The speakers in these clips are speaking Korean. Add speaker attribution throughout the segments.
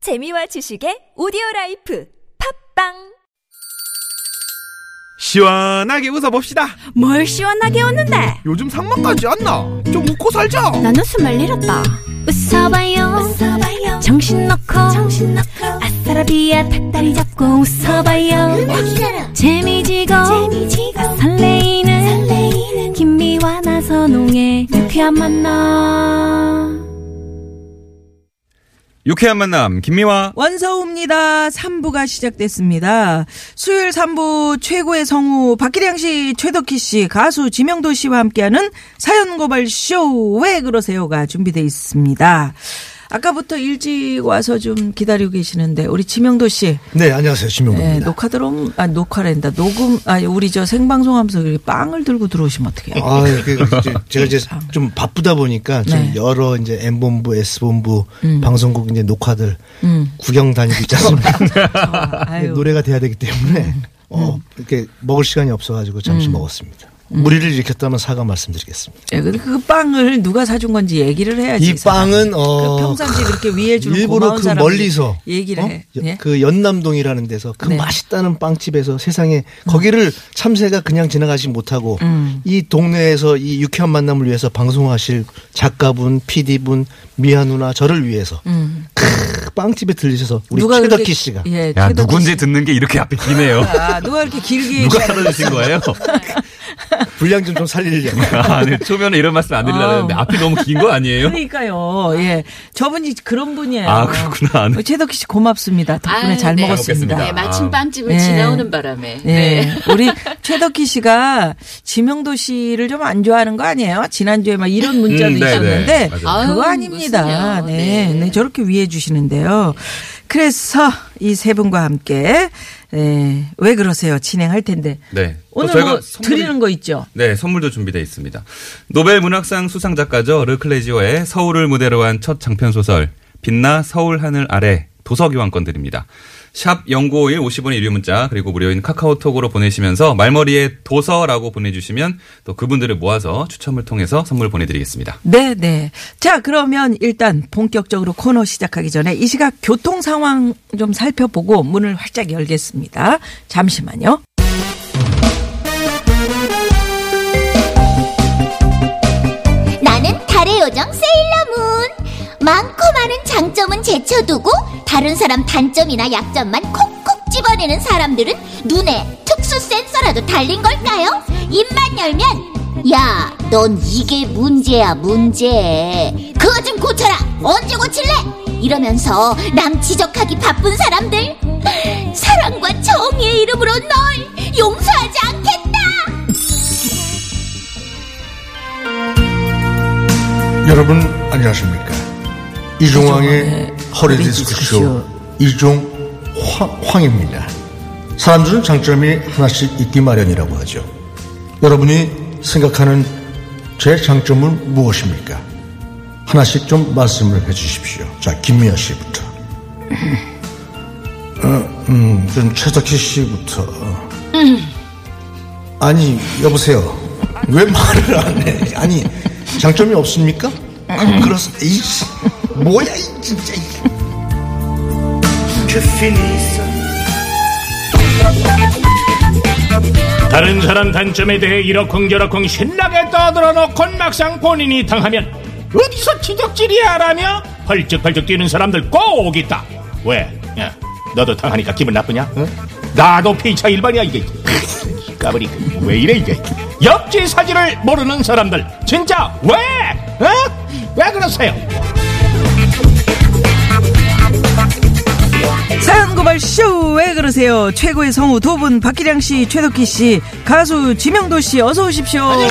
Speaker 1: 재미와 지식의 오디오 라이프 팝빵
Speaker 2: 시원하게 웃어봅시다.
Speaker 3: 뭘 시원하게 웃는데
Speaker 2: 요즘 상만까지 안 나. 좀 웃고 살자.
Speaker 3: 난 웃음을 잃었다 웃어봐요, 정신 놓고 아싸라비아 닭다리 잡고 웃어봐요 재미지고, 설레이는, 김미와 나선홍의 유쾌한 만남
Speaker 4: 유쾌한 만남 김미화
Speaker 5: 원서우입니다. 3부가 시작됐습니다. 수요일 3부 최고의 성우 박기량 씨, 최덕희 씨, 가수 지명도 씨와 함께하는 사연 고발 쇼, 왜 그러세요가 준비되어 있습니다. 아까부터 일찍 와서 좀 기다리고 계시는데, 우리 지명도 씨.
Speaker 6: 네, 안녕하세요.
Speaker 5: 네,
Speaker 6: 신명국입니다.
Speaker 5: 녹화 들어오면, 아, 녹화랜다. 녹음, 아, 우리 저 생방송 하면서 이렇게 빵을 들고 들어오시면 어떡해요?
Speaker 6: 아, 그, 이제 제가 이제 좀 바쁘다 보니까
Speaker 5: 아, 네. 음.
Speaker 6: 좀 여러 이제 M본부, S본부 방송국 이제 녹화들 구경 다니고 있지 않습니까?
Speaker 5: 아유.
Speaker 6: 어,
Speaker 5: 음.
Speaker 6: 노래가 돼야 되기 때문에 어, 이렇게 먹을 시간이 없어가지고 잠시 먹었습니다. 무리를 일으켰다면 사과 말씀드리겠습니다.
Speaker 5: 예, 근데 그 빵을 누가 사준 건지 얘기를 해야지.
Speaker 6: 이 빵은
Speaker 5: 음. 그
Speaker 6: 어,
Speaker 5: 평상시 이렇게 위에 주는
Speaker 6: 일부러
Speaker 5: 고마운
Speaker 6: 그
Speaker 5: 사람
Speaker 6: 멀리서
Speaker 5: 얘기를
Speaker 6: 어?
Speaker 5: 해.
Speaker 6: 여-
Speaker 5: 예?
Speaker 6: 그 연남동이라는 데서 그
Speaker 5: 네.
Speaker 6: 맛있다는 빵집에서 세상에 거기를 참새가 그냥 지나가지 못하고
Speaker 5: 음.
Speaker 6: 이 동네에서 이 유쾌한 만남을 위해서 방송하실 작가분, PD분, 미아 누나 저를 위해서 크, 빵집에 들리셔서 우리 최덕희
Speaker 5: 음. 그렇게-
Speaker 6: 씨가
Speaker 5: 예,
Speaker 4: 야
Speaker 5: 최덕희
Speaker 4: 누군지
Speaker 5: 씨.
Speaker 4: 듣는 게 이렇게 앞에 기네요
Speaker 5: 아, 누가 이렇게 길게
Speaker 4: 누가
Speaker 5: 얘기하는
Speaker 4: 사라지신 거예요?
Speaker 6: 분량 좀 좀 살리려고
Speaker 4: 아, 네, 초면에 이런 말씀 안 드리려는데 앞이 너무 긴 거 아니에요?
Speaker 5: 그러니까요. 예. 저분이 그런 분이에요.
Speaker 4: 아 그렇구나
Speaker 5: 우리 최덕희 씨 고맙습니다. 덕분에
Speaker 7: 아유,
Speaker 5: 잘
Speaker 7: 네.
Speaker 5: 먹었습니다.
Speaker 4: 먹겠습니다.
Speaker 7: 네, 마침 빵집을
Speaker 5: 아.
Speaker 7: 지나오는 바람에.
Speaker 5: 예.
Speaker 7: 네.
Speaker 5: 우리 최덕희 씨가 지명도 씨를 좀 안 좋아하는 거 아니에요? 지난주에 막 이런 문자도
Speaker 4: 음, 네,
Speaker 5: 있었는데
Speaker 4: 네. 맞아요.
Speaker 7: 아유,
Speaker 5: 그거 아닙니다.
Speaker 7: 무슨요.
Speaker 5: 네.
Speaker 7: 네.
Speaker 5: 네, 저렇게 위해 주시는데요. 그래서 이 세 분과 함께 예, 왜 그러세요? 진행할 텐데.
Speaker 4: 네. 또
Speaker 5: 오늘
Speaker 4: 저희가
Speaker 5: 뭐
Speaker 4: 선물이-
Speaker 5: 드리는 거 있죠.
Speaker 4: 네 선물도 준비되어 있습니다 노벨 문학상 수상 작가죠 르클레지어의 서울을 무대로 한 첫 장편 소설 빛나 서울 하늘 아래 도서 교환권 드립니다 샵 0951 50원의 유료 문자 그리고 무료인 카카오톡으로 보내시면서 말머리에 도서라고 보내주시면 또 그분들을 모아서 추첨을 통해서 선물 보내드리겠습니다
Speaker 5: 네, 네. 자, 그러면 일단 본격적으로 코너 시작하기 전에 이 시각 교통 상황 좀 살펴보고 문을 활짝 열겠습니다. 잠시만요.
Speaker 8: 나는 달의 요정 세일러문 많고 많은 장점은 제쳐두고 다른 사람 단점이나 약점만 콕콕 집어내는 사람들은 눈에 특수 센서라도 달린 걸까요? 입만 열면 야 넌 이게 문제야 문제 그거 좀 고쳐라 언제 고칠래? 이러면서 남 지적하기 바쁜 사람들 사랑과 정의의 이름으로 널 용서하지 않겠다
Speaker 6: 여러분 안녕하십니까 이종황의 허리 디스크쇼 이종 황입니다 사람들은 장점이 하나씩 있기 마련이라고 하죠 여러분이 생각하는 제 장점은 무엇입니까 하나씩 좀 말씀을 해주십시오 자 김미아 씨부터 어, 음, 좀 최덕희 씨부터 아니 여보세요 왜 말을 안해 아니 장점이 없습니까 그- 그렇소 이 뭐야 이 진짜 이.
Speaker 9: 다른 사람 단점에 대해 이러쿵저러쿵 신나게 떠들어 놓곤 막상 본인이 당하면 어디서 지적질이야 라며 펄쩍펄쩍 뛰는 사람들 꼭 있다 왜? 야, 너도 당하니까 기분 나쁘냐? 응? 나도 피차 일반이야 이게 까불이 왜 이래 이게 옆지 사지를 모르는 사람들 진짜 왜? 어? 왜 그러세요?
Speaker 5: 사연 고발 쇼왜 그러세요? 최고의 성우 두 분 박기량 씨, 최덕희 씨, 가수 지명도 씨 어서 오십시오. 아,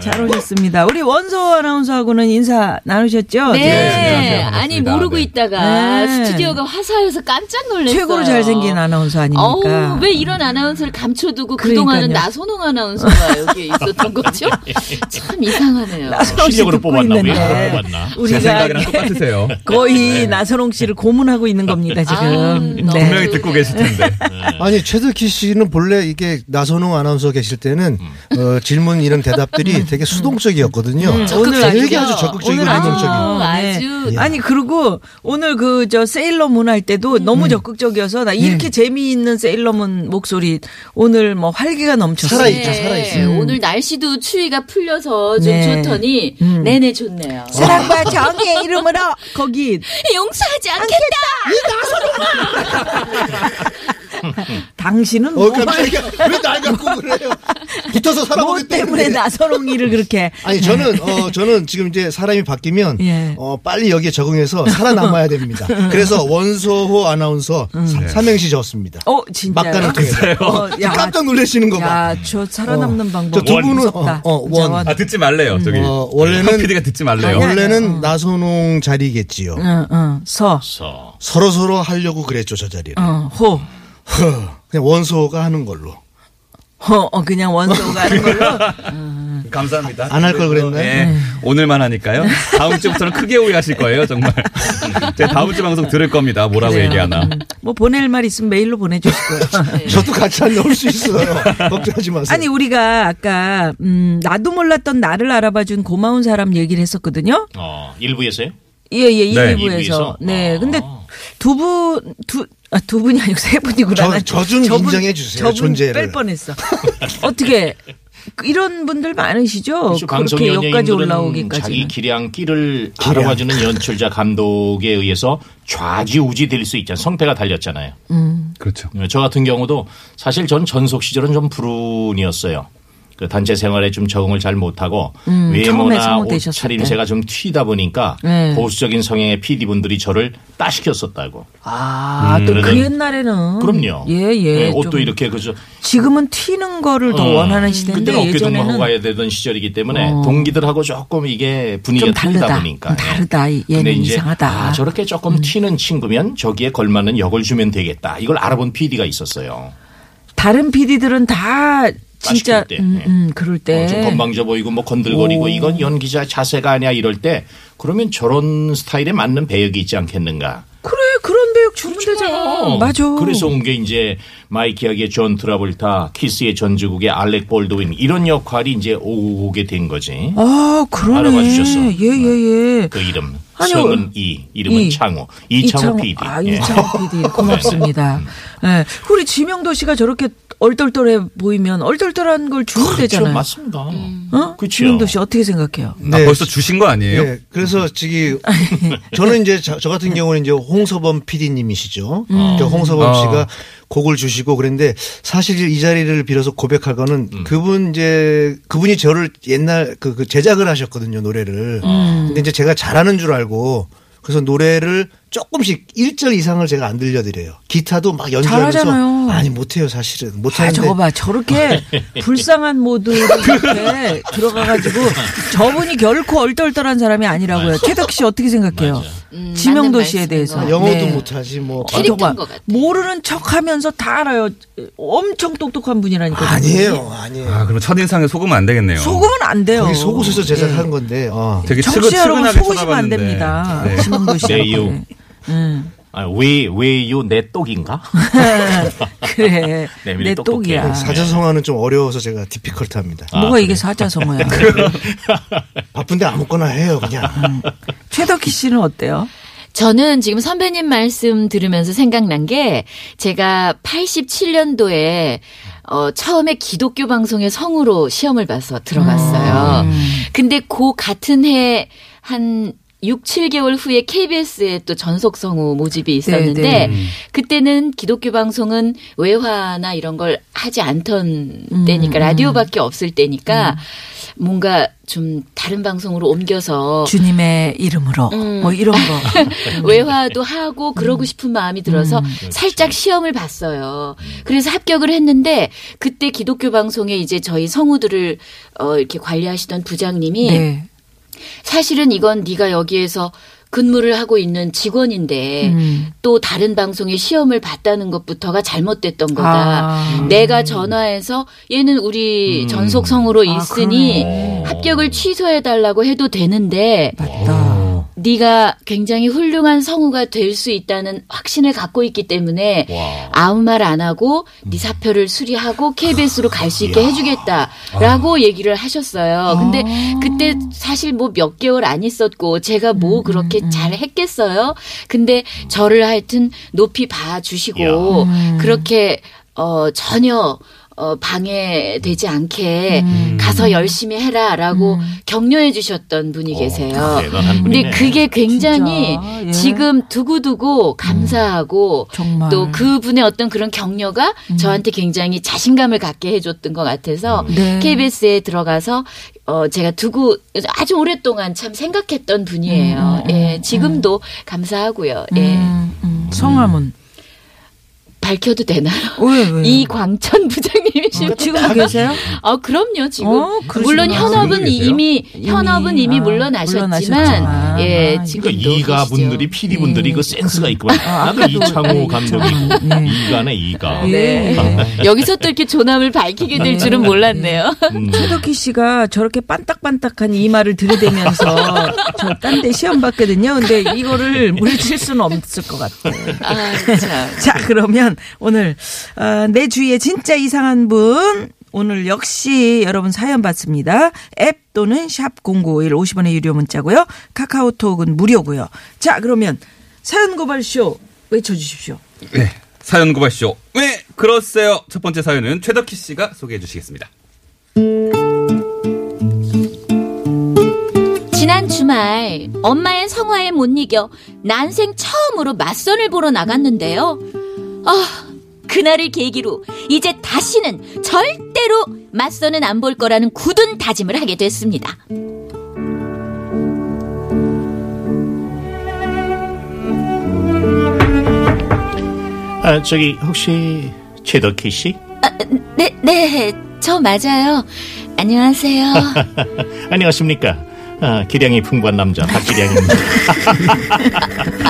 Speaker 5: 잘 오셨습니다. 우리 원서 아나운서하고는 인사 나누셨죠?
Speaker 7: 네.
Speaker 4: 안녕하세요. 반갑습니다.
Speaker 7: 아니, 모르고
Speaker 4: 네.
Speaker 7: 있다가
Speaker 5: 네.
Speaker 7: 스튜디오가 화사해서 깜짝 놀랐어요.
Speaker 5: 최고로 잘생긴 아나운서 아닙니까?
Speaker 7: 어우, 왜 이런 아나운서를 감춰두고 그동안은
Speaker 5: 그러니까요.
Speaker 7: 나선홍 아나운서가 여기 있었던 거죠? 참 이상하네요.
Speaker 5: 나선홍 씨
Speaker 9: 실력으로
Speaker 5: 듣고
Speaker 9: 뽑았나 보네.
Speaker 5: 있는데
Speaker 9: 뽑았나?
Speaker 4: 제
Speaker 5: 우리가
Speaker 4: 생각이랑
Speaker 5: 이게
Speaker 4: 똑같으세요
Speaker 6: 네.
Speaker 5: 거의 나선홍 씨를 고문하고 있는 겁니다
Speaker 7: 아,
Speaker 5: 지금. 네.
Speaker 7: 너무
Speaker 4: 분명히 듣고 계실 텐데
Speaker 6: 네. 아니
Speaker 5: 음.
Speaker 6: 최덕희 씨는 본래 이게 나선홍 아나운서 계실 때는 어, 질문 이런 대답들이 되게 수동적이었거든요. 어,
Speaker 7: 적극적이죠.
Speaker 6: 되게 아주 적극적이고
Speaker 5: 오늘 아주
Speaker 6: 능동적인.
Speaker 7: 어,
Speaker 5: 네.
Speaker 7: 아주
Speaker 6: 예.
Speaker 5: 아니 그리고 오늘 그 저 세일러문 할 때도
Speaker 6: 음.
Speaker 5: 너무 적극적이어서 나
Speaker 6: 예.
Speaker 5: 이렇게 재미있는 세일러문 목소리 오늘 뭐 활기가 넘쳤어요.
Speaker 6: 살아있- 살아있죠, 살아있어요.
Speaker 7: 네. 오늘 날씨도 추위가 풀려서 좀
Speaker 5: 네.
Speaker 7: 좋더니
Speaker 5: 음.
Speaker 7: 내내 좋네요.
Speaker 5: 사랑과 정의의 이름으로 거기
Speaker 7: 용서하지 않겠다.
Speaker 5: 당신은
Speaker 6: 어,
Speaker 5: 뭐,
Speaker 6: 깜짝이야. 왜 날 갖고 그래요? 붙어서
Speaker 5: 뭐
Speaker 6: 살아보기
Speaker 5: 때문에
Speaker 6: 때문에.
Speaker 5: 나선홍이를 그렇게
Speaker 6: 아니 저는 어 저는 지금 이제 사람이 바뀌면
Speaker 5: 예.
Speaker 6: 어 빨리 여기에 적응해서 살아남아야 됩니다. 그래서 원소호 아나운서 삼- 삼행시 적었습니다.
Speaker 5: 음. 네. 어 진짜요?
Speaker 6: 막간을 통해서.
Speaker 5: 어, 야,
Speaker 6: 그 깜짝 놀라시는 거 봐.
Speaker 5: 야저 살아남는
Speaker 6: 어.
Speaker 5: 방법
Speaker 6: 저두 분은
Speaker 5: 무섭다.
Speaker 6: 어, 어, 원.
Speaker 5: 진짜
Speaker 4: 아 듣지 말래요. 저기
Speaker 6: 어, 원래는-
Speaker 4: 황 PD가 듣지 말래요.
Speaker 5: 아니야. 어. 음.
Speaker 6: 원래는 나선홍 자리겠지요.
Speaker 5: 응, 응. 어, 서,
Speaker 9: 서.
Speaker 6: 서로 서로 하려고 그랬죠 저 자리를.
Speaker 5: 어, 호,
Speaker 6: 허, 그냥 원소호가 하는 걸로.
Speaker 5: 허, 어, 그냥 원소가 하는 걸로.
Speaker 4: 감사합니다.
Speaker 6: 안할걸 그랬나요?
Speaker 5: 네.
Speaker 4: 예, 오늘만 하니까요. 다음 주부터는 크게 오해하실 거예요, 정말. 제가 다음 주 방송 들을 겁니다. 뭐라고
Speaker 5: 그래요.
Speaker 4: 얘기하나.
Speaker 5: 음. 뭐 보낼 말 있으면 메일로
Speaker 9: 네.
Speaker 5: 보내주시고요.
Speaker 6: 네. 저도 같이 안 나올 수 있어요. 걱정하지 마세요.
Speaker 5: 아니 우리가 아까 음, 나도 몰랐던 나를 알아봐준 고마운 사람 얘기를 했었거든요.
Speaker 9: 어, 일부에서요?
Speaker 5: 예예
Speaker 4: 네.
Speaker 5: 일부에서.
Speaker 9: 일부에서?
Speaker 5: 네.
Speaker 9: 아.
Speaker 5: 근데 두 분 두 아, 두 분이 아니고 세 분이구나.
Speaker 6: 저-
Speaker 5: 난
Speaker 6: 저준 인정해 주세요,
Speaker 5: 저분
Speaker 6: 존재를.
Speaker 5: 뺄 뻔했어. 어떻게 그 이런 분들 많으시죠? 어, 그렇게
Speaker 9: 강성연
Speaker 5: 여기까지
Speaker 9: 예인들은
Speaker 5: 올라오기까지.
Speaker 9: 자기 기량 끼를 알아봐주는 연출자 감독에 의해서 좌지우지 될 수 있잖아요. 성패가 달렸잖아요. 음,
Speaker 4: 그렇죠.
Speaker 9: 저 같은 경우도 사실 전 전속 시절은 좀 불운이었어요. 그 단체 생활에 좀 적응을 잘 못하고
Speaker 5: 처음에
Speaker 9: 외모나
Speaker 5: 성우되셨을
Speaker 9: 옷차림새가 좀 튀다 보니까
Speaker 5: 네.
Speaker 9: 보수적인 성향의 PD분들이 저를 따시켰었다고.
Speaker 5: 아, 또 그
Speaker 9: 그래도-
Speaker 5: 옛날에는
Speaker 9: 음. 그럼요.
Speaker 5: 예, 예.
Speaker 9: 네, 옷도
Speaker 5: 좀
Speaker 9: 이렇게 그저
Speaker 5: 지금은 튀는 거를 더
Speaker 9: 어,
Speaker 5: 원하는 시대인데
Speaker 9: 그때는 어깨 동무하고
Speaker 5: 예전에는 어.
Speaker 9: 가야 되던 시절이기 때문에 동기들하고 조금 이게 분위기가
Speaker 5: 좀
Speaker 9: 다르다
Speaker 5: 다르다.
Speaker 9: 보니까 예.
Speaker 5: 다르다. 얘는
Speaker 9: 근데 이제
Speaker 5: 이상하다. 음.
Speaker 9: 아, 저렇게 조금 튀는 친구면 저기에 걸맞는 역을 주면 되겠다. 이걸 알아본 PD가 있었어요.
Speaker 5: 다른 PD들은 다 진짜
Speaker 9: 때,
Speaker 5: 음,
Speaker 9: 예.
Speaker 5: 음, 그럴 때
Speaker 9: 어, 좀 건방져 보이고 뭐 건들거리고 이건 연기자 자세가 아니야 이럴 때 그러면 저런 스타일에 맞는 배역이 있지 않겠는가.
Speaker 5: 그래 그런 배역 주면 되잖아.
Speaker 9: 어,
Speaker 5: 음, 맞아.
Speaker 9: 그래서 온 게 이제 마이키하게 존 트라볼타, 키스의 전주국의 알렉 볼드윈 이런 역할이 이제 오게 된 거지.
Speaker 5: 아 그러네.
Speaker 9: 알아봐 주셨어.
Speaker 5: 예예 예.
Speaker 9: 그 이름
Speaker 5: 아니,
Speaker 9: 성은 이 이름은
Speaker 5: 이.
Speaker 9: 창호 이창호 PD
Speaker 5: 아
Speaker 9: 예. 음.
Speaker 5: 이창호 PD 고맙습니다. 예. 우리 지명도 씨가 저렇게 얼떨떨해 보이면 얼떨떨한 걸 주면
Speaker 9: 그렇죠
Speaker 5: 되잖아요.
Speaker 9: 맞습니다
Speaker 5: 어?
Speaker 9: 그렇죠.
Speaker 5: 지명도 씨 어떻게 생각해요?
Speaker 4: 아, 벌써 주신 거 아니에요?
Speaker 6: 네, 그래서 지금 저는 이제 저, 저 같은 경우는 이제 홍서범 PD님이시죠.
Speaker 5: 음.
Speaker 6: 그러니까
Speaker 5: 아.
Speaker 6: 홍서범
Speaker 4: 어.
Speaker 6: 씨가 곡을 주시고 그런데 사실 이 자리를 빌어서 고백할 거는
Speaker 5: 음.
Speaker 6: 그분 이제 그분이 저를 옛날 그, 그 제작을 하셨거든요 노래를.
Speaker 5: 아.
Speaker 6: 근데 이제 제가 잘하는 줄 알고 그래서 노래를 조금씩 일절 이상을 제가 안 들려드려요. 기타도 막 연주하면서
Speaker 5: 잘하잖아요.
Speaker 6: 아니 못해요 사실은
Speaker 5: 아,
Speaker 6: 못하는데 예.
Speaker 5: 저거 봐. 저렇게 불쌍한 모드로 이렇게 들어가가지고 저분이 결코 얼떨떨한 사람이 아니라고요. 최덕 씨 어떻게 생각해요?
Speaker 7: 음,
Speaker 5: 지명도
Speaker 7: 맞는
Speaker 5: 씨에
Speaker 7: 말씀인
Speaker 5: 대해서.
Speaker 7: 것 같아요.
Speaker 6: 영어도
Speaker 5: 네.
Speaker 6: 못하지 뭐
Speaker 5: 아, 저거 봐.
Speaker 7: 캐릭터인 것 같아.
Speaker 5: 모르는 척 하면서 다 알아요. 엄청 똑똑한 분이라니까.
Speaker 6: 아니에요 아니에요.
Speaker 4: 아, 그럼 첫인상에 속으면 안 되겠네요.
Speaker 5: 속으면 안 돼요.
Speaker 6: 거기 속옷에서 제작한 건데 어.
Speaker 4: 되게 측은,
Speaker 5: 정치 여러분
Speaker 4: 측은하게
Speaker 5: 속으시면 안
Speaker 4: 쳐다봤는데.
Speaker 5: 됩니다.
Speaker 4: 네.
Speaker 5: 지명도 씨.
Speaker 9: 내유. 아왜 왜요 내 똑인가
Speaker 5: 그래.
Speaker 9: 네,
Speaker 5: 내
Speaker 9: 미리 똑똑해요.
Speaker 5: 똑이야.
Speaker 9: 사-
Speaker 6: 사자성어는 좀 어려워서 제가 디피컬트합니다.
Speaker 5: 뭐가 이게 사자성어야.
Speaker 6: 바쁜데 아무거나 해요 그냥.
Speaker 5: 최덕희 씨는 어때요?
Speaker 7: 저는 지금 선배님 말씀 들으면서 생각난 게 제가 87년도에 어, 처음에 기독교 방송의 성우로 시험을 봐서
Speaker 5: 아.
Speaker 7: 들어갔어요.
Speaker 5: 음.
Speaker 7: 근데 그 같은 해 한 6, 7개월 후에 KBS에 또 전속 성우 모집이 있었는데
Speaker 5: 네,
Speaker 7: 그때는 기독교 방송은 외화나 이런 걸 하지 않던
Speaker 5: 음.
Speaker 7: 때니까 라디오밖에 없을 때니까 뭔가 좀 다른 방송으로 옮겨서
Speaker 5: 주님의 이름으로.
Speaker 7: 음.
Speaker 5: 뭐 이런 거.
Speaker 7: 외화도 하고 그러고 싶은 마음이 들어서 살짝 시험을 봤어요. 그래서 합격을 했는데 그때 기독교 방송에 이제 저희 성우들을 어 이렇게 관리하시던 부장님이
Speaker 5: 네.
Speaker 7: 사실은 이건 네가 여기에서 근무를 하고 있는 직원인데
Speaker 5: 음.
Speaker 7: 또 다른 방송에 시험을 봤다는 것부터가 잘못됐던 거다.
Speaker 5: 아.
Speaker 7: 내가 전화해서 얘는 우리 전속 성우로
Speaker 5: 아,
Speaker 7: 있으니
Speaker 9: 그러네.
Speaker 7: 합격을 취소해 달라고 해도 되는데
Speaker 5: 맞다.
Speaker 7: 네가 굉장히 훌륭한 성우가 될 수 있다는 확신을 갖고 있기 때문에
Speaker 4: 와.
Speaker 7: 아무 말 안 하고 네 사표를 수리하고 KBS로 갈 수 있게 해주겠다라고 얘기를 하셨어요. 근데 그때 사실 뭐 몇 개월 안 있었고 제가 뭐 그렇게 잘 했겠어요. 근데 저를 하여튼 음. 높이 봐주시고 그렇게 어 전혀 어, 방해되지 않게 가서 열심히 해라라고 격려해 주셨던 분이
Speaker 5: 아.
Speaker 7: 계세요.
Speaker 9: 예, 대단한
Speaker 7: 근데
Speaker 9: 분이네.
Speaker 7: 그게 굉장히
Speaker 5: 진짜, 예.
Speaker 7: 지금 두고두고 감사하고
Speaker 5: 정말.
Speaker 7: 또 그분의 어떤 그런 격려가
Speaker 5: 음.
Speaker 7: 저한테 굉장히 자신감을 갖게 해줬던 것 같아서
Speaker 5: 네.
Speaker 7: KBS에 들어가서 어 제가 두고 아주 오랫동안 참 생각했던 분이에요.
Speaker 5: 음.
Speaker 7: 예, 지금도 감사하고요. 예,
Speaker 5: 성함은 어,
Speaker 7: 밝혀도 되나요?
Speaker 5: 왜, 왜?
Speaker 7: 이광천 부장님이십니다.
Speaker 5: 지금 계세요?
Speaker 7: 아, 그럼요, 지금.
Speaker 5: 음. 그렇죠. 어, 그러시구나.
Speaker 7: 물론 현업은
Speaker 4: 지금도 계세요?
Speaker 7: 이미, 현업은 이미
Speaker 5: 아,
Speaker 7: 물론 아셨지만,
Speaker 5: 물론 아셨지만.
Speaker 7: 예,
Speaker 5: 아,
Speaker 7: 지금도.
Speaker 9: 그러니까 이가
Speaker 7: 계시죠.
Speaker 9: 분들이 PD 분들이
Speaker 5: 음.
Speaker 9: 그 센스가 있구만.
Speaker 5: 아,
Speaker 9: 나도 이창호 감독이 이가네 이가.
Speaker 5: 네.
Speaker 7: 여기서 또 이렇게 조남을 밝히게 될 줄은 몰랐네요.
Speaker 9: 음.
Speaker 5: 최덕희 씨가 저렇게 빤딱빤딱한 이마를 들이대면서 저 딴 데 시험 봤거든요. 근데 이거를 물질 수는 없을 것 같아요.
Speaker 7: 아, 참.
Speaker 5: 자, 그러면 오늘 아, 내 주위에 진짜 이상한 분 오늘 역시 여러분 사연 받습니다. 앱 또는 샵 #051 50원의 유료 문자고요. 카카오톡은 무료고요. 자, 그러면 사연 고발 쇼 외쳐 주십시오.
Speaker 4: 네. 사연 고발쇼. 왜 그러세요? 첫 번째 사연은 최덕희 씨가 소개해 주시겠습니다.
Speaker 7: 지난 주말 엄마의 성화에 못 이겨 난생 처음으로 맞선을 보러 나갔는데요. 아, 그날을 계기로 이제 다시는 절대로 맞선은 안 볼 거라는 굳은 다짐을 하게 됐습니다.
Speaker 9: 아, 저기 혹시 최덕희 씨?
Speaker 7: 네, 네, 저 맞아요. 안녕하세요.
Speaker 9: 안녕하십니까? 아, 기량이 풍부한 남자 박기량입니다.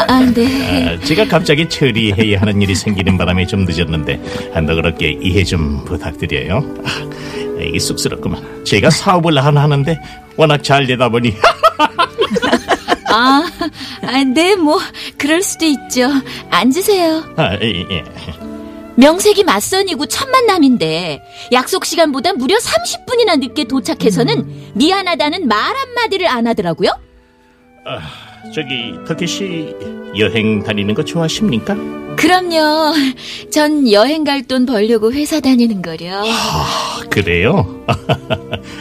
Speaker 7: 아, 네.
Speaker 9: 아, 제가 갑자기 처리해야 하는 일이 생기는 바람에 좀 늦었는데 아, 너그럽게 이해 좀 부탁드려요. 아, 이게 쑥스럽구만. 제가 사업을 하나 하는데 워낙 잘 되다 보니
Speaker 7: 아, 아, 네, 뭐, 그럴 수도 있죠. 앉으세요.
Speaker 9: 아, 예, 예.
Speaker 7: 명색이 맞선이고 첫 만남인데 약속 시간보다 무려 30분이나 늦게 도착해서는 미안하다는 말 한마디를 안 하더라고요.
Speaker 9: 저기 덕희 씨 여행 다니는 거 좋아하십니까?
Speaker 7: 그럼요. 전 여행 갈 돈 벌려고 회사 다니는 거려.
Speaker 9: 아, 그래요?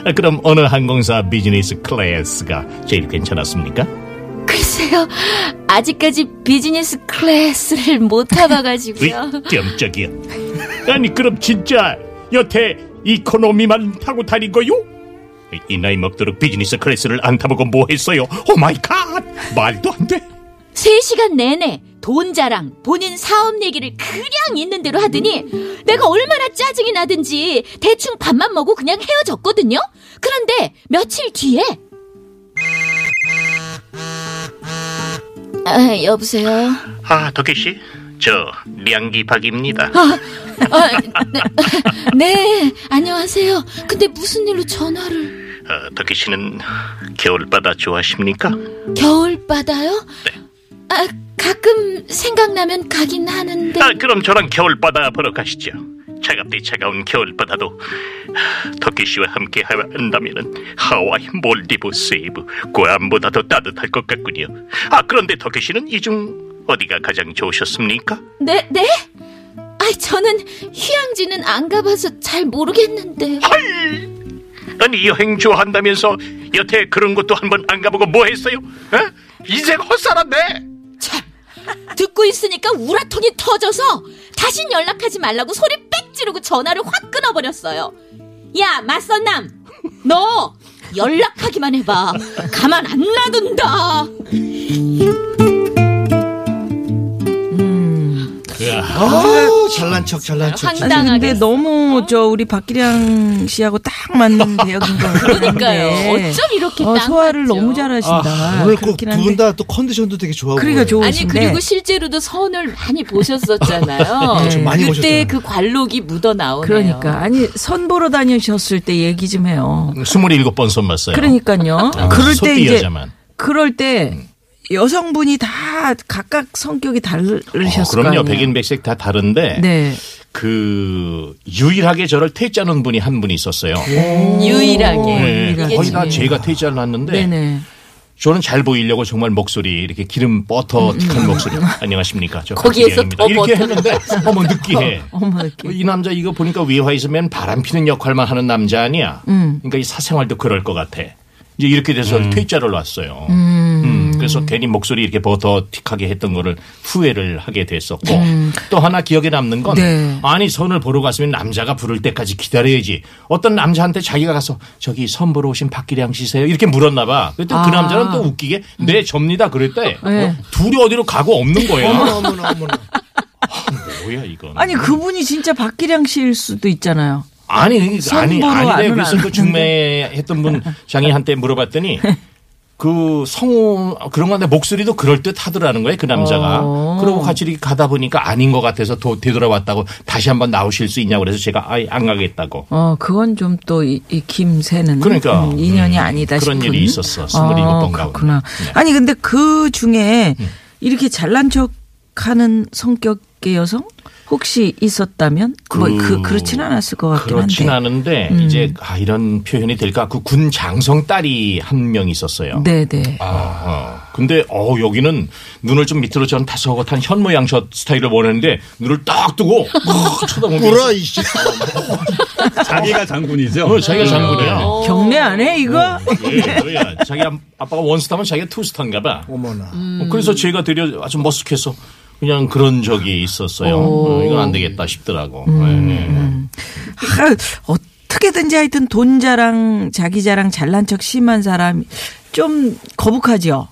Speaker 9: 아, 그럼 어느 항공사 비즈니스 클래스가 제일 괜찮았습니까?
Speaker 7: 글쎄요. 아직까지 비즈니스 클래스를 못
Speaker 9: 으이,
Speaker 7: 타봐가지고요.
Speaker 9: 깜짝이야. 아니 그럼 진짜 여태 이코노미만 타고 다닌 거요? 이 나이 먹도록 비즈니스 클래스를 안 타보고 뭐 했어요? 오 마이 갓! 말도 안 돼.
Speaker 7: 세시간 내내 돈 자랑, 본인 사업 얘기를 그냥 있는 대로 하더니 내가 얼마나 짜증이 나든지 대충 밥만 먹고 그냥 헤어졌거든요? 그런데 며칠 뒤에 아, 여보세요?
Speaker 9: 아 덕희 씨, 저 량기박입니다.
Speaker 7: 아, 네, 네, 안녕하세요. 근데 무슨 일로 전화를...
Speaker 9: 어, 덕희 씨는 겨울바다 좋아하십니까?
Speaker 7: 겨울바다요? 아, 가끔 생각나면 가긴 하는데...
Speaker 9: 아 그럼 저랑 겨울바다 보러 가시죠. 차갑디 차가운 겨울바다도 덕희 씨와 함께 한다면은 하와이, 몰디브, 세이브, 고암보다 더 따뜻할 것 같군요. 아 그런데 덕희 씨는 이 중 어디가 가장 좋으셨습니까?
Speaker 7: 네, 네? 아이, 저는 휴양지는 안 가봐서 잘 모르겠는데.
Speaker 9: 아니 여행 좋아한다면서 여태 그런 것도 한 번 안 가보고 뭐 했어요? 어? 인생 헛살았네.
Speaker 7: 참, 듣고 있으니까 우라통이 터져서 다신 연락하지 말라고 소리 빽 지르고 전화를 확 끊어버렸어요. 야, 맞선남! 너! 연락하기만 해봐. 가만 안 놔둔다.
Speaker 6: 아, 잘난 척, 잘난 척.
Speaker 5: 아니, 근데 너무 저 우리 박기량 씨하고 딱 맞는 대역인 것 같아요.
Speaker 7: 그러니까요. 어쩜 이렇게
Speaker 5: 어,
Speaker 7: 딱
Speaker 5: 소화를
Speaker 7: 맞죠?
Speaker 5: 너무 잘하신다.
Speaker 6: 아, 오늘 꼭
Speaker 5: 아, 그렇긴
Speaker 6: 두 분
Speaker 5: 한데.
Speaker 6: 다 또 컨디션도 되게 좋아하고.
Speaker 5: 그러니까 좋으신데.
Speaker 7: 아니 그리고 실제로도 선을 많이 보셨었잖아요.
Speaker 6: 네, 좀 많이
Speaker 7: 그때
Speaker 6: 보셨잖아요.
Speaker 7: 그 관록이 묻어 나오네요.
Speaker 5: 그러니까 아니 선보러 다니셨을 때 얘기 좀 해요.
Speaker 9: 27번 손 맞어요.
Speaker 5: 그러니까요.
Speaker 9: 아, 음.
Speaker 5: 그럴 때
Speaker 9: 소띠
Speaker 5: 이제
Speaker 9: 여자만.
Speaker 5: 그럴 때 여성분이 다 각각 성격이 다르셨을
Speaker 9: 어,
Speaker 5: 거 아니에요.
Speaker 9: 그럼요. 백인 백색 다 다른데
Speaker 5: 네.
Speaker 9: 그 유일하게 저를 퇴짜는 분이 한 분이 있었어요.
Speaker 5: 네.
Speaker 7: 네. 유일하게.
Speaker 9: 네,
Speaker 5: 유일하게.
Speaker 9: 거의
Speaker 7: 예.
Speaker 9: 다
Speaker 5: 네.
Speaker 9: 제가 퇴짜를 놨는데
Speaker 5: 네네.
Speaker 9: 저는 잘 보이려고 정말 목소리 이렇게 기름 버터틱한 목소리 안녕하십니까 저
Speaker 7: 음, 거기에서
Speaker 9: 박기영입니다.
Speaker 7: 더
Speaker 9: 이렇게
Speaker 7: 버터.
Speaker 9: 했는데 어머 느끼해
Speaker 5: 어머 이렇게.
Speaker 9: 이 남자 이거 보니까 위화이즈맨 바람 피는 역할만 하는 남자 아니야
Speaker 5: 음.
Speaker 9: 그러니까 이 사생활도 그럴 것 같아 이제 이렇게 돼서 퇴짜를 놨어요 음, 그래서 괜히 목소리 이렇게 버터틱하게 했던 거를 후회를 하게 됐었고 또 하나 기억에 남는 건
Speaker 5: 음. 네.
Speaker 9: 아니 선을 보러 갔으면 남자가 부를 때까지 기다려야지 어떤 남자한테 자기가 가서 저기 선 보러 오신 박기량 씨세요 이렇게 물었나 봐 그랬더니 그
Speaker 5: 아.
Speaker 9: 남자는 또 웃기게 네 접니다 그랬대
Speaker 5: 네.
Speaker 9: 둘이 어디로 가고 없는 거야
Speaker 6: 어머나 어머나 어머나.
Speaker 9: 뭐야 이건
Speaker 5: 아니 그분이 진짜 박기량 씨일 수도 있잖아요.
Speaker 9: 아니 아니 아니
Speaker 5: 선보러
Speaker 9: 아니래
Speaker 5: 안은
Speaker 9: 그래서
Speaker 5: 안
Speaker 9: 그 중매했던 분 장애한테 물어봤더니 그 성우 그런 건데 목소리도 그럴 듯 하더라는 거예요 그 남자가
Speaker 5: 어.
Speaker 9: 그러고 같이 이렇게 가다 보니까 아닌 것 같아서 도, 되돌아왔다고 다시 한번 나오실 수 있냐고 그래서 제가 아예 안 가겠다고
Speaker 5: 어 그건 좀 또이 이 김새는
Speaker 9: 그러니까.
Speaker 5: 음, 인연이
Speaker 9: 음,
Speaker 5: 아니다
Speaker 9: 그런
Speaker 5: 싶은
Speaker 9: 일이 있었어. 스물일곱
Speaker 5: 어,
Speaker 9: 번가
Speaker 5: 그렇구나.
Speaker 9: 보면. 네. 음.
Speaker 5: 아니 근데 그 중에 이렇게 잘난 척하는 성격의 여성 혹시 있었다면 뭐 그 그렇진 않았을 것 같긴 한데. 음.
Speaker 9: 그렇진 않은데 이제 아 이런 표현이 될까 그 군 장성 딸이 한 명 있었어요
Speaker 5: 네네.
Speaker 9: 어. 근데 어 여기는 눈을 좀 밑으로 전 다소곳한 현모양처 스타일을 원했는데 눈을 딱 뜨고 막 쳐다보면서
Speaker 6: 뭐라 이씨.
Speaker 4: 자기가 장군이죠.
Speaker 9: 어, 자기가 장군이야.
Speaker 5: 경례 안 해 이거?
Speaker 9: 예, 뭐야. 자기 아- 아빠가 원스타면 자기가 투스타인가 봐.
Speaker 6: 어머나.
Speaker 9: 어, 그래서 제가 드려 아주 머쓱해서 그냥 그런 적이 있었어요. 어, 이건 안 되겠다 싶더라고. 예,
Speaker 5: 하, 아, 어떻게든지 하여튼 돈 자랑, 자기 자랑, 잘난 척 심한 사람 좀 거북하지요.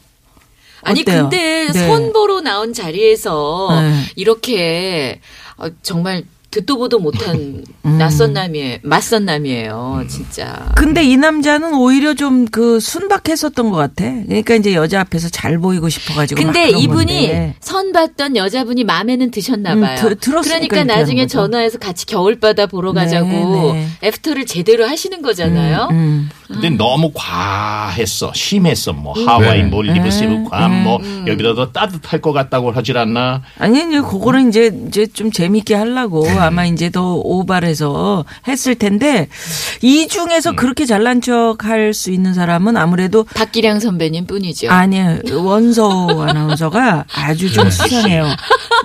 Speaker 7: 아니
Speaker 5: 어때요?
Speaker 7: 근데
Speaker 5: 네.
Speaker 7: 선보로 나온 자리에서
Speaker 5: 네.
Speaker 7: 이렇게 어, 정말 듣도 보도 못한
Speaker 5: 음.
Speaker 7: 낯선 남이에 맞선 남이에요, 진짜.
Speaker 5: 근데 이 남자는 오히려 좀 그 순박했었던 것 같아. 그러니까 이제 여자 앞에서 잘 보이고 싶어가지고. 막
Speaker 7: 근데
Speaker 5: 그런
Speaker 7: 이분이
Speaker 5: 건데.
Speaker 7: 선 봤던 여자분이 마음에는 드셨나
Speaker 5: 음,
Speaker 7: 봐요.
Speaker 5: 드- 들었으니까
Speaker 7: 그러니까
Speaker 5: 이렇게
Speaker 7: 나중에
Speaker 5: 하는 거죠.
Speaker 7: 전화해서 같이 겨울바다 보러 가자고
Speaker 5: 네.
Speaker 7: 애프터를 제대로 하시는 거잖아요.
Speaker 5: 음.
Speaker 9: 근데 너무 과했어. 심했어. 뭐 하와이
Speaker 4: 네.
Speaker 9: 몰리브스 괌, 뭐 여기다 더 따뜻할 것 같다고 하질 않나.
Speaker 5: 아니, 이제 그거는 이제, 이제 좀 재밌게
Speaker 7: 네.
Speaker 5: 하려고 아마 이제 더 오발해서 했을 텐데 이 중에서
Speaker 7: 네.
Speaker 5: 그렇게 잘난 척 할 수 있는 사람은 아무래도
Speaker 7: 박기량 선배님 뿐이죠.
Speaker 5: 아니요 원서 아나운서가 아주 좀 수상해요.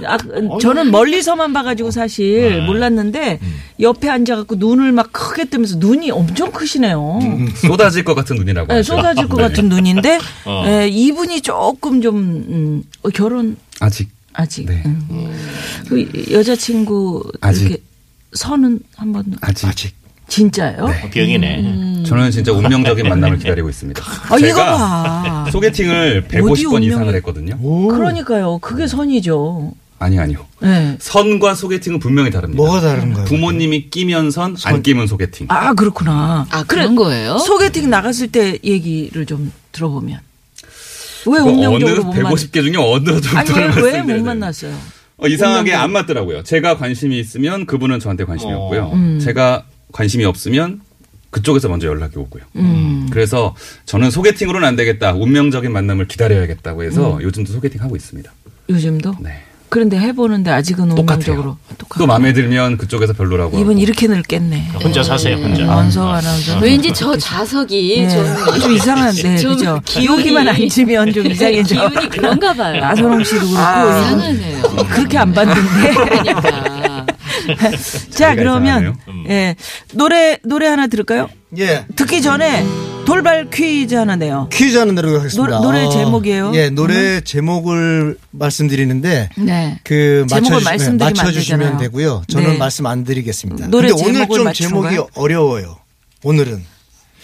Speaker 5: 아, 저는 멀리서만 봐가지고 사실 몰랐는데 옆에 앉아갖고 눈을 막 크게 뜨면서 눈이 엄청 크시네요.
Speaker 4: 쏟아질 것 같은 눈이라고.
Speaker 5: 네,
Speaker 4: 하죠.
Speaker 5: 쏟아질 것 같은 눈인데
Speaker 9: 어.
Speaker 5: 네, 이분이 조금 좀 음, 어, 결혼
Speaker 4: 아직
Speaker 5: 아직
Speaker 4: 네.
Speaker 5: 음. 그 여자친구
Speaker 4: 아직.
Speaker 5: 이렇게 선은 한 번도
Speaker 4: 아직
Speaker 5: 진짜요?
Speaker 9: 병이네.
Speaker 4: 음. 저는 진짜 운명적인 만남을 기다리고 있습니다.
Speaker 5: 음. 아 이거 봐.
Speaker 4: 소개팅을
Speaker 5: 어디
Speaker 4: 150번 이상을
Speaker 5: 운명이-
Speaker 4: 했거든요.
Speaker 5: 그러니까요. 그게 선이죠.
Speaker 4: 아니 아니요.
Speaker 5: 네.
Speaker 4: 선과 소개팅은 분명히 다릅니다.
Speaker 6: 뭐가 다른 거예요?
Speaker 4: 부모님이 끼면 선, 안 끼면 소개팅.
Speaker 5: 아 그렇구나.
Speaker 7: 아, 그런 거예요?
Speaker 5: 소개팅 나갔을 때 얘기를 좀 들어보면 왜
Speaker 4: 그 어느
Speaker 5: 운명적으로 못 만났?
Speaker 4: 150개 중에 어느
Speaker 5: 아니
Speaker 4: 정도를
Speaker 5: 왜 왜
Speaker 4: 말씀드려야
Speaker 5: 못
Speaker 4: 되나요?
Speaker 5: 만났어요?
Speaker 4: 어, 이상하게 안 맞더라고요. 제가 관심이 있으면 그분은 저한테 관심이
Speaker 9: 어.
Speaker 4: 없고요.
Speaker 5: 음.
Speaker 4: 제가 관심이 없으면 그쪽에서 먼저 연락이 오고요.
Speaker 5: 음.
Speaker 4: 그래서 저는 소개팅으로는 안 되겠다. 운명적인 만남을 기다려야겠다고 해서
Speaker 5: 음.
Speaker 4: 요즘도 소개팅 하고 있습니다.
Speaker 5: 요즘도
Speaker 4: 네.
Speaker 5: 그런데 해보는데 아직은 운명적으로
Speaker 4: 똑같아요. 또 마음에 들면 그쪽에서 별로라고.
Speaker 5: 이분
Speaker 4: 하고.
Speaker 5: 이렇게 늙겠네.
Speaker 9: 혼자 사세요,
Speaker 4: 그렇죠.
Speaker 9: 혼자.
Speaker 5: 원서 아나운서.
Speaker 7: 왠지 저 자석이
Speaker 5: 네.
Speaker 7: 좀
Speaker 5: 아주 이상한데
Speaker 7: 좀
Speaker 5: 그죠?
Speaker 7: 기운이-
Speaker 5: 여기만 앉으면 좀 이상해져. 아,
Speaker 7: 기운이 아, 그런가 봐요.
Speaker 5: 나선홍 씨도 그렇고 이분
Speaker 7: 이상하네요.
Speaker 5: 그렇게 안 봤는데.
Speaker 7: 그러니까.
Speaker 5: 자
Speaker 4: 자기가
Speaker 5: 그러면
Speaker 4: 아, 이상하네요. 음.
Speaker 5: 예 노래 노래 하나 들을까요?
Speaker 6: 예.
Speaker 5: 듣기 전에 돌발 퀴즈 하나 내요.
Speaker 6: 퀴즈 하는 대로 하겠습니다.
Speaker 5: 노- 노래
Speaker 6: 어,
Speaker 5: 제목이에요? 음.
Speaker 6: 예, 노래 제목을 말씀드리는데
Speaker 5: 네.
Speaker 6: 그
Speaker 5: 제목을
Speaker 6: 맞춰주,
Speaker 5: 말씀드리면 안
Speaker 6: 맞춰주시면
Speaker 5: 되잖아요.
Speaker 6: 되고요. 저는
Speaker 5: 네.
Speaker 6: 말씀 안 드리겠습니다.
Speaker 5: 노래
Speaker 6: 근데 오늘
Speaker 5: 제목을
Speaker 6: 좀
Speaker 5: 맞추는
Speaker 6: 제목이
Speaker 5: 거예요?
Speaker 6: 어려워요. 오늘은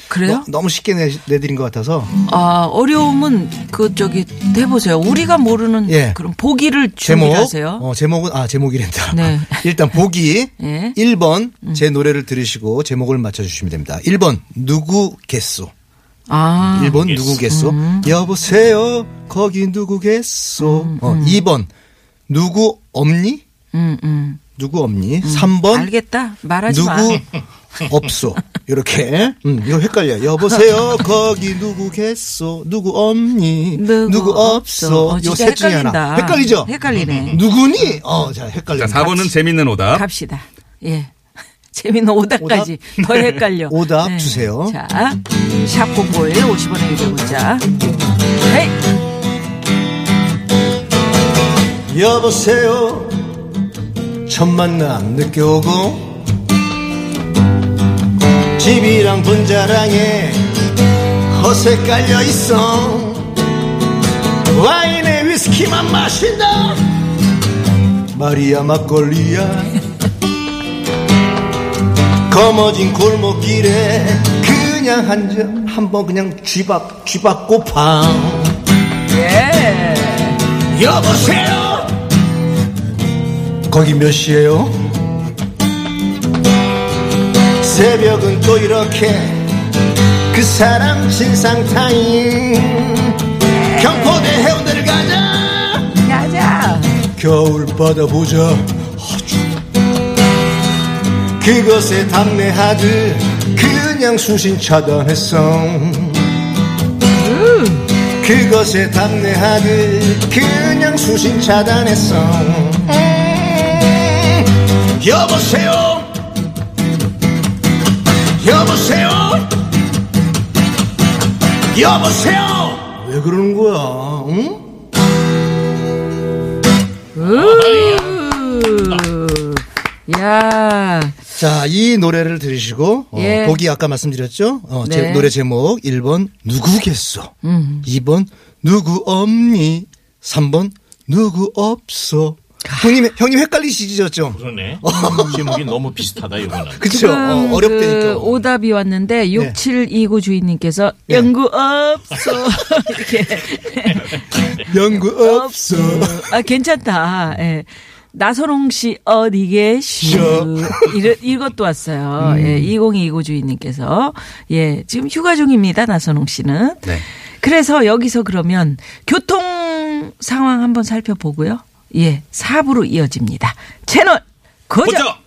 Speaker 5: 그래요?
Speaker 6: 너, 무 쉽게 내, 내드린 것 같아서
Speaker 5: 아 어려움은 그 저기 해보세요. 우리가 모르는
Speaker 6: 예.
Speaker 5: 그런 보기를
Speaker 6: 제목
Speaker 5: 준비하세요.
Speaker 6: 어, 제목은 아 제목이란다.
Speaker 5: 네.
Speaker 6: 일단 보기
Speaker 5: 예.
Speaker 6: 1번 제 노래를 들으시고 제목을 맞춰주시면 됩니다. 1번 누구겠소?
Speaker 5: 아
Speaker 6: 1번 누구겠소?
Speaker 5: 음.
Speaker 6: 여보세요 거기 누구겠소? 어, 2번 누구 없니?
Speaker 5: 음, 음.
Speaker 6: 누구 없니? 3번
Speaker 5: 알겠다. 말하지
Speaker 6: 어? 누구
Speaker 5: 마.
Speaker 6: 없소. 이렇게. 음, 이거 헷갈려. 여보세요. 거기 누구겠소? 누구 없니? 누구, 없소?
Speaker 5: 어,
Speaker 6: 요
Speaker 5: 진짜
Speaker 6: 셋 중에
Speaker 5: 헷갈린다.
Speaker 6: 하나. 헷갈리죠?
Speaker 5: 헷갈리네. 음.
Speaker 6: 누구니? 어, 자, 헷갈려.
Speaker 4: 자, 4번은 재밌는 오답.
Speaker 5: 갑시다. 예. 재밌는 오답까지 더 헷갈려. 네.
Speaker 6: 오답 주세요.
Speaker 5: 자, 샵 공고에 50원의 유료 문자. 헤이!
Speaker 6: 여보세요. 첫 만남 늦게 오고 집이랑 분자랑에 허세 깔려 있어 와인에 위스키만 마신다 마리아 막걸리야 검어진 골목길에 그냥 한점 한번 그냥 쥐밥 쥐밥 고팡
Speaker 5: 예.
Speaker 6: 여보세요 거기 몇 시에요? 새벽은 또 이렇게 그 사람 진상 타임 경포대 해운대를 가자
Speaker 5: 가자.
Speaker 6: 겨울 바다 보자 허주. 그것에 답례하듯 그냥 수신 차단했어 그것에 답례하듯 그냥 수신 차단했어 음, 여보세요 여보세요 여보세요 왜 그러는 거야 응?
Speaker 5: 야.
Speaker 6: 자, 이 노래를 들으시고 어,
Speaker 5: 예.
Speaker 6: 보기 아까 말씀드렸죠? 어, 제-
Speaker 5: 네. 음.
Speaker 6: 노래 제목 1번 누구겠어. 2번 누구 없니? 3번 누구 없어.
Speaker 5: 아.
Speaker 6: 형님 형님 헷갈리시죠 좀.
Speaker 9: 그러네. 제목이 너무 비슷하다 이거는.
Speaker 6: 그렇죠.
Speaker 5: 지금
Speaker 6: 어, 어렵다니까.
Speaker 5: 그 오답이 왔는데 6729 주인님께서
Speaker 6: 네.
Speaker 5: 연구 없어. 이렇게.
Speaker 6: 연구 없어.
Speaker 5: 아, 괜찮다. 예. 나선홍 씨 어디 계시오? 이런 이것도 왔어요.
Speaker 6: 음.
Speaker 5: 예, 2029 주인님께서 예, 지금 휴가 중입니다. 나선홍 씨는.
Speaker 4: 네.
Speaker 5: 그래서 여기서 그러면 교통 상황 한번 살펴보고요. 예, 4부로 이어집니다. 채널 고정.
Speaker 4: 고정!